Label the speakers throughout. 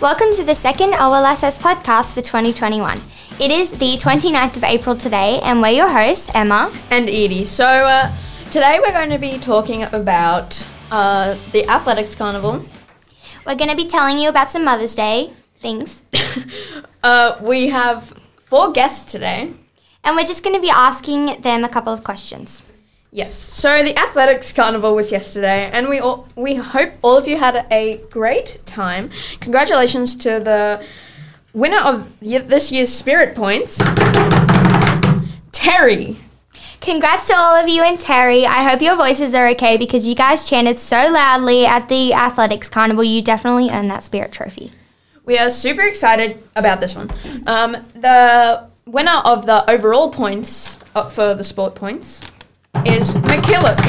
Speaker 1: Welcome to the second OLSS podcast for 2021. It is the 29th of April today, and we're your hosts, Emma.
Speaker 2: and Edie. So uh, today we're going to be talking about uh, the athletics carnival.
Speaker 1: We're going to be telling you about some Mother's Day things,
Speaker 2: Uh, we have four guests today.
Speaker 1: and we're just going to be asking them a couple of questions.
Speaker 2: Yes. So the athletics carnival was yesterday, and we all, we hope all of you had a great time. Congratulations to the winner of y- this year's Spirit Points, Terry.
Speaker 1: Congrats to all of you and Terry. I hope your voices are okay because you guys chanted so loudly at the athletics carnival. You definitely earned that spirit trophy.
Speaker 2: We are super excited about this one. Um, the winner of the overall points uh, for the sport points is McKillop.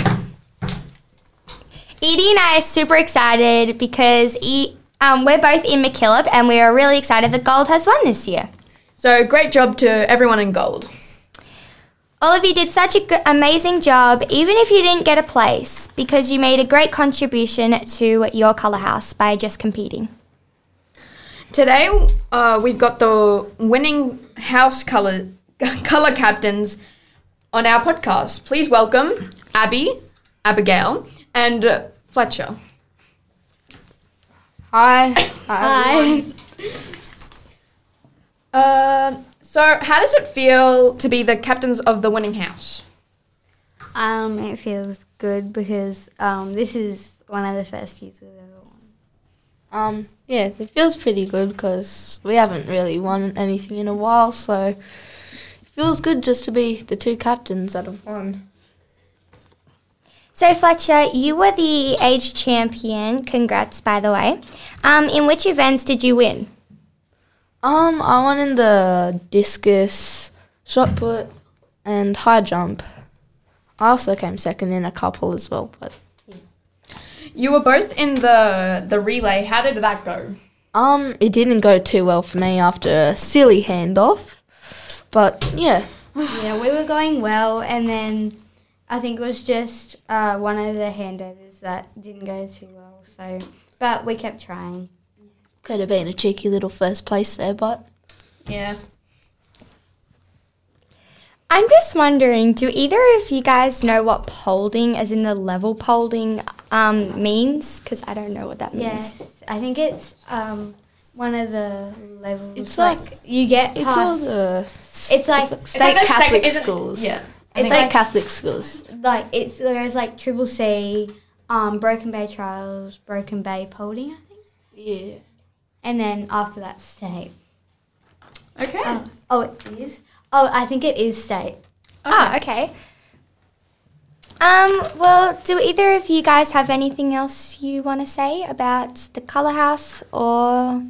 Speaker 1: Edie and I are super excited because e- um, we're both in MacKillop and we are really excited that gold has won this year.
Speaker 2: So great job to everyone in gold.
Speaker 1: All of you did such an amazing job, even if you didn't get a place, because you made a great contribution to your colour house by just competing.
Speaker 2: Today uh, we've got the winning house color color captains on our podcast. Please welcome Abby, Abigail, and uh, Fletcher.
Speaker 3: Hi.
Speaker 2: Hi. Uh, so, how does it feel to be the captains of the winning house?
Speaker 3: Um, it feels good because um, this is one of the first years we've ever won.
Speaker 4: Um, yeah, it feels pretty good because we haven't really won anything in a while, so it feels good just to be the two captains that have won.
Speaker 1: So, Fletcher, you were the age champion. Congrats, by the way. Um, in which events did you win?
Speaker 4: Um, I won in the discus, shot put, and high jump. I also came second in a couple as well, but
Speaker 2: You were both in the the relay. How did that go?
Speaker 4: um, it didn't go too well for me after a silly handoff. But yeah,
Speaker 3: yeah, we were going well, and then I think it was just uh, one of the handovers that didn't go too well. So, but we kept trying.
Speaker 4: could have been a cheeky little first place there, but
Speaker 2: Yeah.
Speaker 1: I'm just wondering do either of you guys know what polding, as in the level polding, um, means? Because I don't know what that means.
Speaker 3: Yes, I think it's um, one of the levels.
Speaker 4: It's
Speaker 3: you get
Speaker 4: It's
Speaker 3: past,
Speaker 4: all the.
Speaker 3: It's like-
Speaker 4: state Catholic schools.
Speaker 2: Yeah.
Speaker 4: It's
Speaker 3: It's
Speaker 4: like
Speaker 3: like-
Speaker 4: Catholic schools.
Speaker 3: like it's there's like Triple C, um, Broken Bay Trials, Broken Bay Polding, I think,
Speaker 4: Yeah.
Speaker 3: and then after that state.
Speaker 2: Okay.
Speaker 5: Um,
Speaker 3: Oh, oh, it is. Oh, I think it is state.
Speaker 1: Ah, okay. Um, well, do either of you guys have anything else you want to say about the Colour House or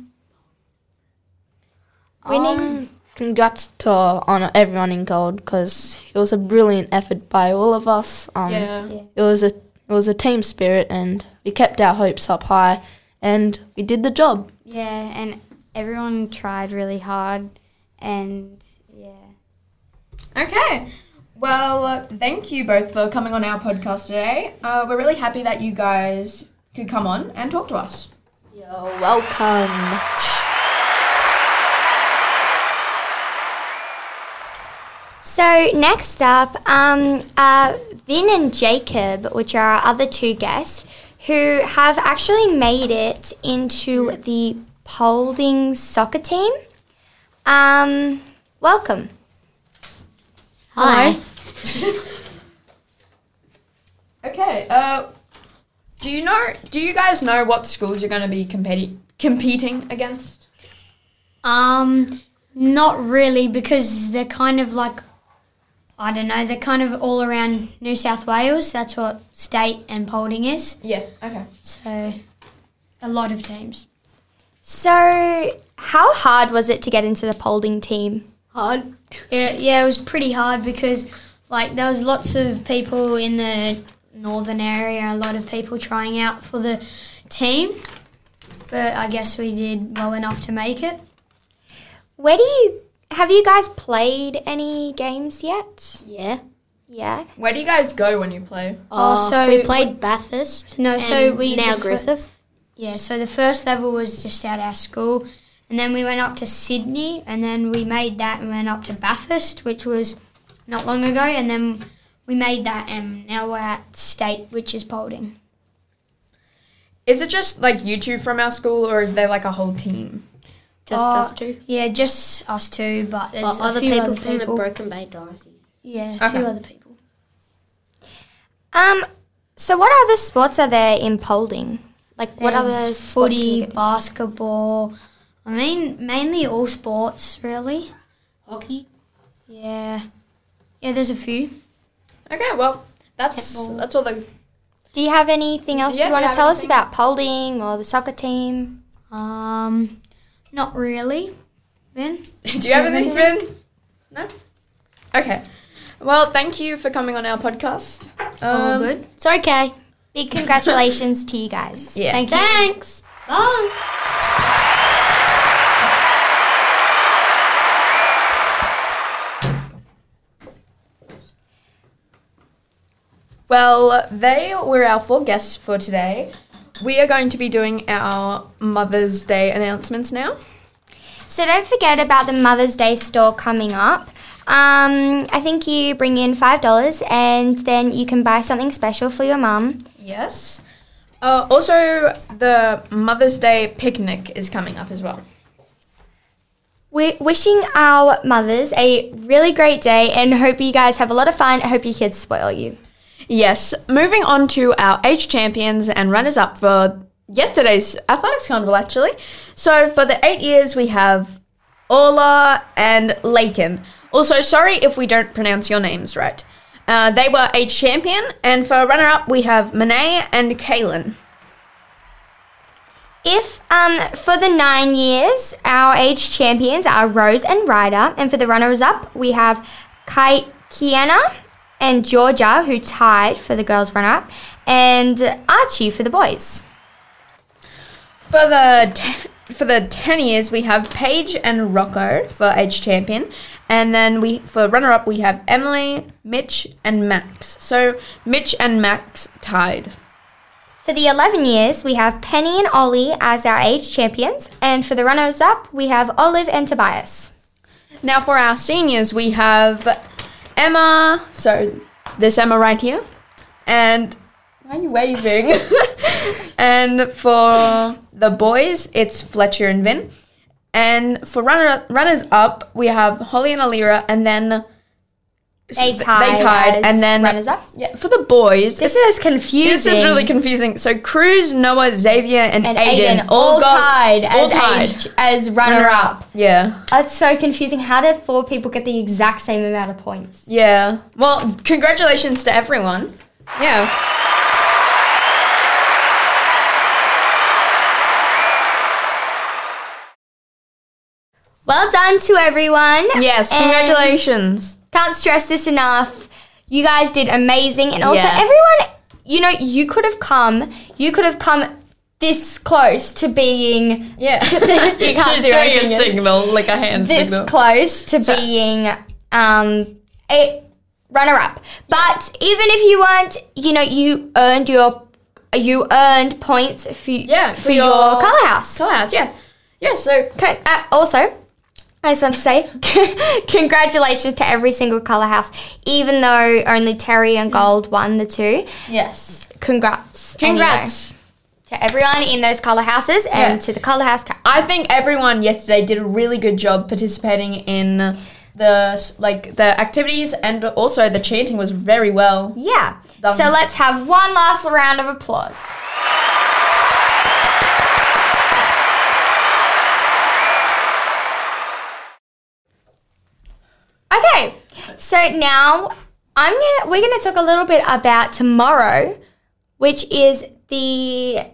Speaker 1: winning?
Speaker 4: Congrats to on everyone in gold because it was a brilliant effort by all of us. Um,
Speaker 2: yeah.
Speaker 4: It was a it was a team spirit and we kept our hopes up high and we did the job.
Speaker 3: Yeah, and everyone tried really hard, and yeah.
Speaker 2: Okay. Well, uh, thank you both for coming on our podcast today. Uh, we're really happy that you guys could come on and talk to us.
Speaker 4: You're welcome.
Speaker 1: So next up, um, uh, Vin and Jacob, which are our other two guests, who have actually made it into the Polding soccer team. Um, welcome.
Speaker 3: Hi.
Speaker 2: Okay. Uh, do you know? Do you guys know what schools you're going to be competi- competing against?
Speaker 5: Um, not really, because they're kind of like, I don't know, they're kind of all around New South Wales. That's what state and Polding is.
Speaker 2: Yeah. Okay.
Speaker 5: So, a lot of teams.
Speaker 1: So, how hard was it to get into the Polding team?
Speaker 5: Hard. Yeah, yeah, it was pretty hard because, like, there was lots of people in the northern area. A lot of people trying out for the team, but I guess we did well enough to make it.
Speaker 1: Where do you have you guys played any games yet?
Speaker 4: Yeah.
Speaker 1: Yeah.
Speaker 2: Where do you guys go when you play?
Speaker 5: Oh, so
Speaker 3: played Bathurst.
Speaker 5: no, so we the fir-
Speaker 3: Griffith.
Speaker 5: yeah, so the first level was just at our school, and then we went up to Sydney, and then we made that and went up to Bathurst, which was not long ago, and then we made that, and now we're at state, which is Polding.
Speaker 2: Is it just like you two from our school, or is there like a whole team?
Speaker 6: Just
Speaker 5: Uh,
Speaker 6: us two.
Speaker 5: Yeah, just us two, but there's
Speaker 6: But
Speaker 5: a
Speaker 6: other
Speaker 5: few
Speaker 6: people
Speaker 5: other
Speaker 6: from the
Speaker 5: people.
Speaker 6: Broken Bay Diocese.
Speaker 5: yeah, a
Speaker 2: Okay.
Speaker 5: few other people.
Speaker 1: Um, so what other sports are there in Polding? Like what
Speaker 5: There's
Speaker 1: other sports can you
Speaker 5: footy,
Speaker 1: get into?
Speaker 5: basketball? I mean, mainly all sports, really.
Speaker 6: Hockey.
Speaker 5: Yeah, yeah. There's a few.
Speaker 2: Okay, well that's that's all the
Speaker 1: Do you have anything else
Speaker 2: Yeah,
Speaker 1: you
Speaker 2: do you
Speaker 1: want to
Speaker 2: have
Speaker 1: tell us
Speaker 2: anything?
Speaker 1: about Polding or the soccer team?
Speaker 5: Um, not really. Then
Speaker 2: Do you have anything, Finn? No. Okay. Well, thank you for coming on our podcast.
Speaker 5: all
Speaker 2: Um,
Speaker 5: good.
Speaker 1: It's okay. Big congratulations to you guys.
Speaker 2: Yeah.
Speaker 1: Thank you. Thanks.
Speaker 6: Bye.
Speaker 2: Well, they were our four guests for today. We are going to be doing our Mother's Day announcements now.
Speaker 1: So don't forget about the Mother's Day store coming up. Um, I think you bring in five dollars, and then you can buy something special for your mum.
Speaker 2: Yes. Uh, also, the Mother's Day picnic is coming up as well.
Speaker 1: We're wishing our mothers a really great day, and hope you guys have a lot of fun. I hope your kids spoil you.
Speaker 2: Yes. Moving on to our age champions and runners up for yesterday's athletics carnival, actually. So for the eight years, we have Orla and Laken. Also, sorry if we don't pronounce your names right. Uh, they were age champion, and for runner up, we have Monet and Kaylin.
Speaker 1: If um, for the nine years, our age champions are Rose and Ryder, and for the runners-up, we have Kai Kiana and Georgia, who tied for the girls' runner-up, and Archie for the boys.
Speaker 2: For the te- for the ten years, we have Paige and Rocco for age champion, and then we for runner up we have Emily, Mitch, and Max. So Mitch and Max tied.
Speaker 1: For the 11 years, we have Penny and Ollie as our age champions, and for the runners up, we have Olive and Tobias.
Speaker 2: Now for our seniors, we have Emma. So this Emma right here, and why are you waving? and for the boys, it's Fletcher and Vin. And for runner runners up, we have Holly and Alira, and then
Speaker 1: They
Speaker 2: they
Speaker 1: tied.
Speaker 2: tied,
Speaker 1: as
Speaker 2: and then
Speaker 1: runners up.
Speaker 2: Yeah, for the boys,
Speaker 1: This
Speaker 2: it's-
Speaker 1: is confusing.
Speaker 2: this is really confusing. So Cruz, Noah, Xavier, and,
Speaker 1: and
Speaker 2: Aiden,
Speaker 1: Aiden, all,
Speaker 2: got-
Speaker 1: tied
Speaker 2: all
Speaker 1: as
Speaker 2: tied.
Speaker 1: age as runner up.
Speaker 2: Yeah,
Speaker 1: That's so confusing. How did four people get the exact same amount of points?
Speaker 2: yeah. Well, congratulations to everyone. Yeah.
Speaker 1: Well done to everyone.
Speaker 2: Yes,
Speaker 1: And
Speaker 2: congratulations.
Speaker 1: Can't stress this enough. You guys did amazing, and also
Speaker 2: Yeah.
Speaker 1: everyone. You know, you could have come. You could have come this close to being
Speaker 2: Yeah.
Speaker 1: You can't
Speaker 2: She's
Speaker 1: do
Speaker 2: doing
Speaker 1: anything
Speaker 2: a
Speaker 1: else.
Speaker 2: signal, like a hand
Speaker 1: this
Speaker 2: signal.
Speaker 1: close to being um, a runner up. But even if you weren't, you know, you earned your you earned points for
Speaker 2: Yeah,
Speaker 1: for,
Speaker 2: for
Speaker 1: your,
Speaker 2: your-
Speaker 1: color house.
Speaker 2: Class, yeah. Yeah, so
Speaker 1: Co- uh, also, I just want to say congratulations to every single color house, even though only Terry and Gold won the two.
Speaker 2: yes.
Speaker 1: Congrats, anyway,
Speaker 2: Congrats.
Speaker 1: to everyone in those color houses and
Speaker 2: Yeah.
Speaker 1: to the color house. Ca-
Speaker 2: I think everyone yesterday did a really good job participating in the s- like the activities and also the chanting was very well.
Speaker 1: yeah.
Speaker 2: Done.
Speaker 1: So let's have one last round of applause. Okay, so now I'm gonna we're gonna talk a little bit about tomorrow, which is the,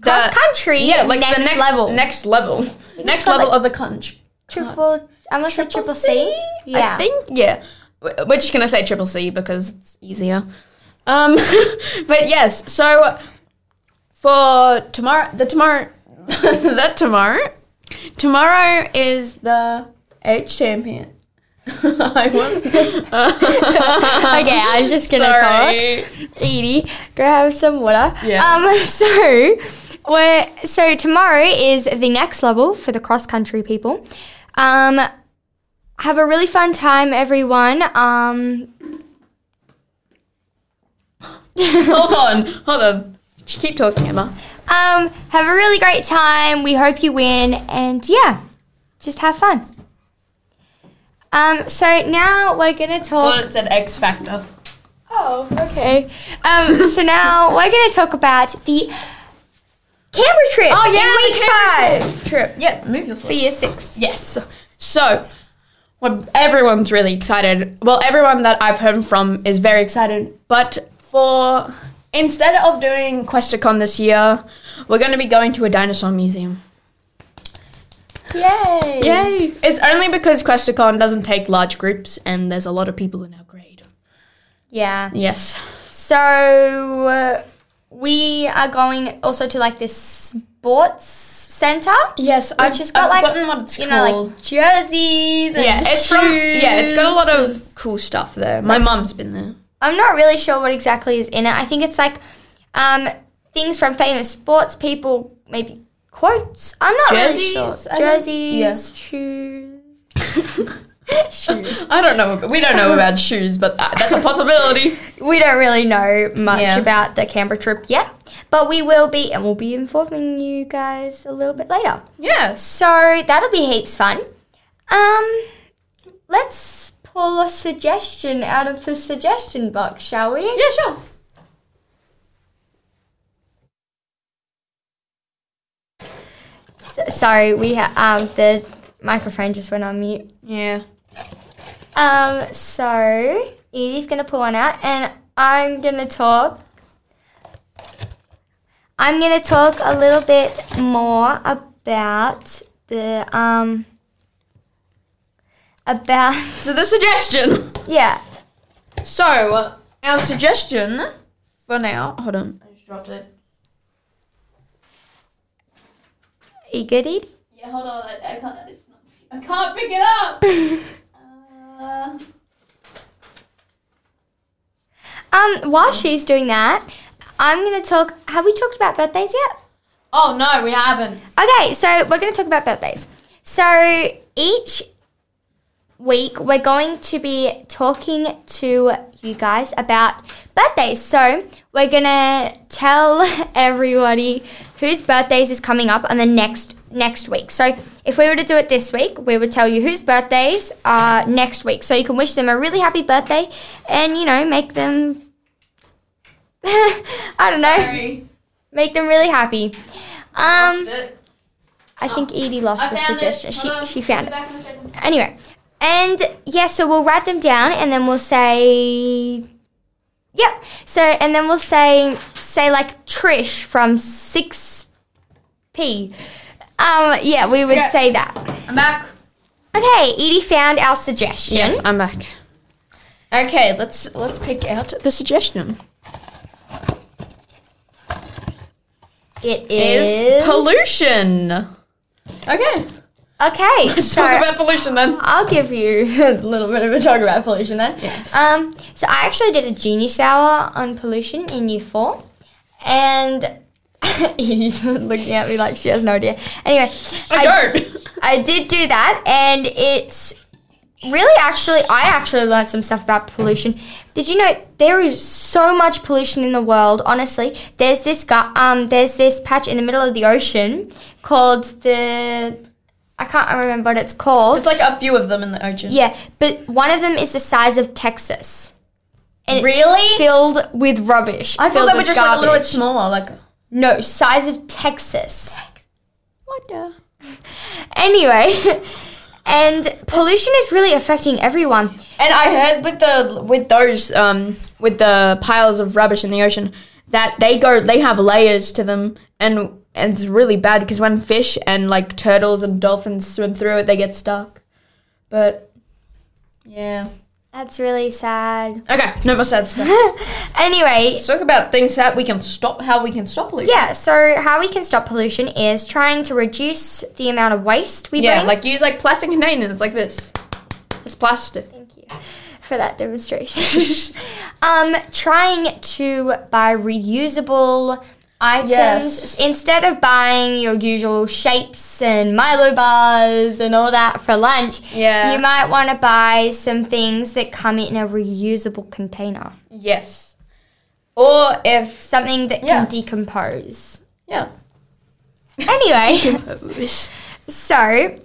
Speaker 1: cross country
Speaker 2: Yeah, like
Speaker 1: next,
Speaker 2: the next
Speaker 1: level.
Speaker 2: Next level. Next,
Speaker 1: level.
Speaker 2: level of the conch.
Speaker 1: triple, I'm gonna say triple C.
Speaker 2: I think yeah. W- We're just gonna say triple C because it's easier. Um, but yes. So for tomorrow, the tomorrow, the tomorrow, tomorrow is the H champion. I won.
Speaker 1: okay, I'm just gonna talk.
Speaker 2: Sorry.
Speaker 1: Edie, go have some water.
Speaker 2: Yeah.
Speaker 1: Um, so We're, so tomorrow is the next level for the cross country people. Um, have a really fun time, everyone. Um,
Speaker 2: hold on, hold on. Keep talking, Emma.
Speaker 1: um, have a really great time. We hope you win, and yeah, just have fun. Um, so now we're gonna talk. Oh,
Speaker 2: Thought it said X Factor.
Speaker 1: Okay. Um, so now we're going to talk about the Canberra trip.
Speaker 2: Oh
Speaker 1: in
Speaker 2: yeah,
Speaker 1: week
Speaker 2: the Canberra trip. trip. Yeah, move your foot.
Speaker 1: for year six.
Speaker 2: Yes. So, well, everyone's really excited. Well, everyone that I've heard from is very excited. But for instead of doing Questacon this year, we're going to be going to a dinosaur museum.
Speaker 1: Yay!
Speaker 2: Yay! It's only because Questacon doesn't take large groups, and there's a lot of people in our grade.
Speaker 1: Yeah.
Speaker 2: Yes.
Speaker 1: So uh, we are going also to like this sports center.
Speaker 2: Yes, I've
Speaker 1: just
Speaker 2: just
Speaker 1: got,
Speaker 2: got
Speaker 1: like,
Speaker 2: forgotten what it's
Speaker 1: You know,
Speaker 2: called.
Speaker 1: like jerseys and
Speaker 2: yeah, it's from yeah, it's got a lot
Speaker 1: shoes.
Speaker 2: of cool stuff there. My mum's been there.
Speaker 1: I'm not really sure what exactly is in it. I think it's like um, things from famous sports people, maybe quotes. I'm not really
Speaker 2: Jerseys,
Speaker 1: sure.
Speaker 2: I think.
Speaker 1: Jerseys,
Speaker 2: Yeah.
Speaker 1: shoes.
Speaker 2: I don't know. ab- We don't know about shoes, but that, that's a possibility.
Speaker 1: we don't really know much
Speaker 2: Yeah.
Speaker 1: about the Canberra trip yet, but we will be, and we'll be informing you guys a little bit later.
Speaker 2: Yes.
Speaker 1: So that'll be heaps fun. Um, let's pull a suggestion out of the suggestion box, shall we?
Speaker 2: Yeah, sure.
Speaker 1: S- sorry, we ha- um the microphone just went on mute.
Speaker 2: Yeah.
Speaker 1: Um, so Edie's gonna pull one out, and I'm gonna talk. I'm gonna talk a little bit more about the um about
Speaker 2: So the suggestion.
Speaker 1: yeah
Speaker 2: So our suggestion for now. Hold on. I just dropped it.
Speaker 1: you good Edie?
Speaker 2: Yeah, hold on. I, I can't. It's not, I can't pick it up. uh,
Speaker 1: Um, while she's doing that, I'm gonna talk. Have we talked about birthdays yet?
Speaker 2: oh no, we haven't.
Speaker 1: Okay, so we're going to talk about birthdays. So each week we're going to be talking to you guys about birthdays. So we're going to tell everybody whose birthdays is coming up on the next next week. So if we were to do it this week, we would tell you whose birthdays are next week. So you can wish them a really happy birthday and you know, make them I don't know.
Speaker 2: Sorry.
Speaker 1: Make them really happy. Um,
Speaker 2: it.
Speaker 1: I think Edie lost the suggestion.
Speaker 2: Hold
Speaker 1: She,
Speaker 2: on.
Speaker 1: she
Speaker 2: I'll
Speaker 1: found
Speaker 2: be
Speaker 1: it.
Speaker 2: back in a second.
Speaker 1: Anyway, and yeah, so we'll write them down and then we'll say, yep. So and then we'll say say like Trish from six P. Um, yeah, we would
Speaker 2: Yeah.
Speaker 1: say that.
Speaker 2: I'm back.
Speaker 1: Okay, Edie found our suggestion.
Speaker 2: Yes, I'm back. Okay, let's let's pick out the suggestion.
Speaker 1: It
Speaker 2: Is,
Speaker 1: is,
Speaker 2: pollution. Okay.
Speaker 1: Okay,
Speaker 2: Let's
Speaker 1: so
Speaker 2: talk about pollution then.
Speaker 1: I'll give you a little bit of a talk about pollution then.
Speaker 2: Yes.
Speaker 1: Um, so I actually did a genius hour on pollution in year four, and he's looking at me like she has no idea. Anyway,
Speaker 2: I don't.
Speaker 1: I did do that, and it's really actually I actually learned some stuff about pollution. Did you know there is so much pollution in the world? Honestly, there's this guy, um, there's this patch in the middle of the ocean called the I can't remember what it's called.
Speaker 2: It's like a few of them in the ocean.
Speaker 1: Yeah, but one of them is the size of Texas. And it's
Speaker 2: Really?
Speaker 1: filled with rubbish.
Speaker 2: I thought
Speaker 1: filled
Speaker 2: they were
Speaker 1: with
Speaker 2: just like a
Speaker 1: garbage.
Speaker 2: little bit smaller. Like
Speaker 1: No, size of Texas.
Speaker 2: what the?
Speaker 1: Anyway, and pollution is really affecting everyone.
Speaker 2: And I heard with the with those um with the piles of rubbish in the ocean that they go they have layers to them and and it's really bad because when fish and like turtles and dolphins swim through it they get stuck. But yeah.
Speaker 1: That's really sad.
Speaker 2: Okay, no more sad stuff.
Speaker 1: Anyway,
Speaker 2: Let's talk about things that we can stop. How we can stop pollution.
Speaker 1: yeah, so how we can stop pollution is trying to reduce the amount of waste we
Speaker 2: Yeah,
Speaker 1: bring.
Speaker 2: like use like plastic containers like this. It's plastic.
Speaker 1: Thank you for that demonstration. um, trying to buy reusable items
Speaker 2: Yes.
Speaker 1: instead of buying your usual shapes and Milo bars and all that for lunch.
Speaker 2: Yeah.
Speaker 1: You might want to buy some things that come in a reusable container,
Speaker 2: yes. Or if
Speaker 1: something that
Speaker 2: Yeah.
Speaker 1: can decompose.
Speaker 2: yeah,
Speaker 1: Anyway, so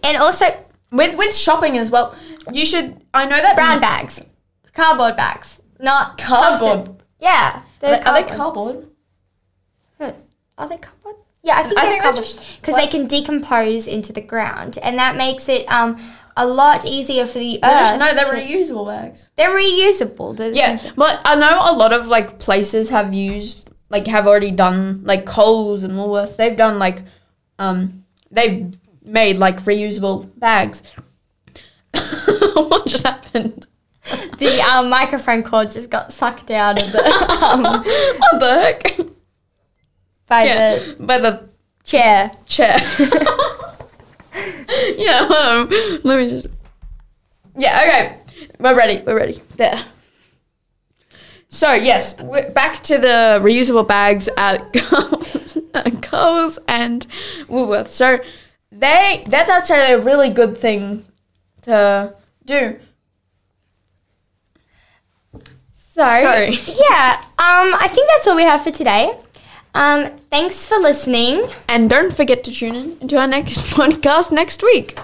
Speaker 1: and also
Speaker 2: with with shopping as well, you should. I know that
Speaker 1: brown bags, cardboard bags, not
Speaker 2: cardboard.
Speaker 1: plastic. Yeah,
Speaker 2: Are they-
Speaker 1: they're
Speaker 2: Are they
Speaker 1: cardboard.
Speaker 2: cardboard?
Speaker 1: Are they cardboard? Yeah, I think
Speaker 2: I
Speaker 1: they're
Speaker 2: think they're
Speaker 1: cardboard
Speaker 2: just
Speaker 1: because they can decompose into the ground, and that makes it um a lot easier for the
Speaker 2: They're just-
Speaker 1: earth.
Speaker 2: no, they're
Speaker 1: to-
Speaker 2: reusable bags.
Speaker 1: they're reusable. They're the same
Speaker 2: Yeah, but I know a lot of like places have used like have already done like Coles and Woolworth. They've done like um they've made like reusable bags. what just happened?
Speaker 1: thing. The um, microphone cord just got sucked out of the um,
Speaker 2: What the heck?
Speaker 1: by
Speaker 2: Yeah,
Speaker 1: the
Speaker 2: by the
Speaker 1: chair.
Speaker 2: chair. yeah, hold on. Let me just. Yeah, okay. We're ready. We're ready. There. So, yes, we're back to the reusable bags at Coles- at Coles and Woolworths. So, they that's actually a really good thing to do.
Speaker 1: So
Speaker 2: Sorry.
Speaker 1: yeah, um, I think that's all we have for today. Um, thanks for listening.
Speaker 2: And don't forget to tune in to our next podcast next week.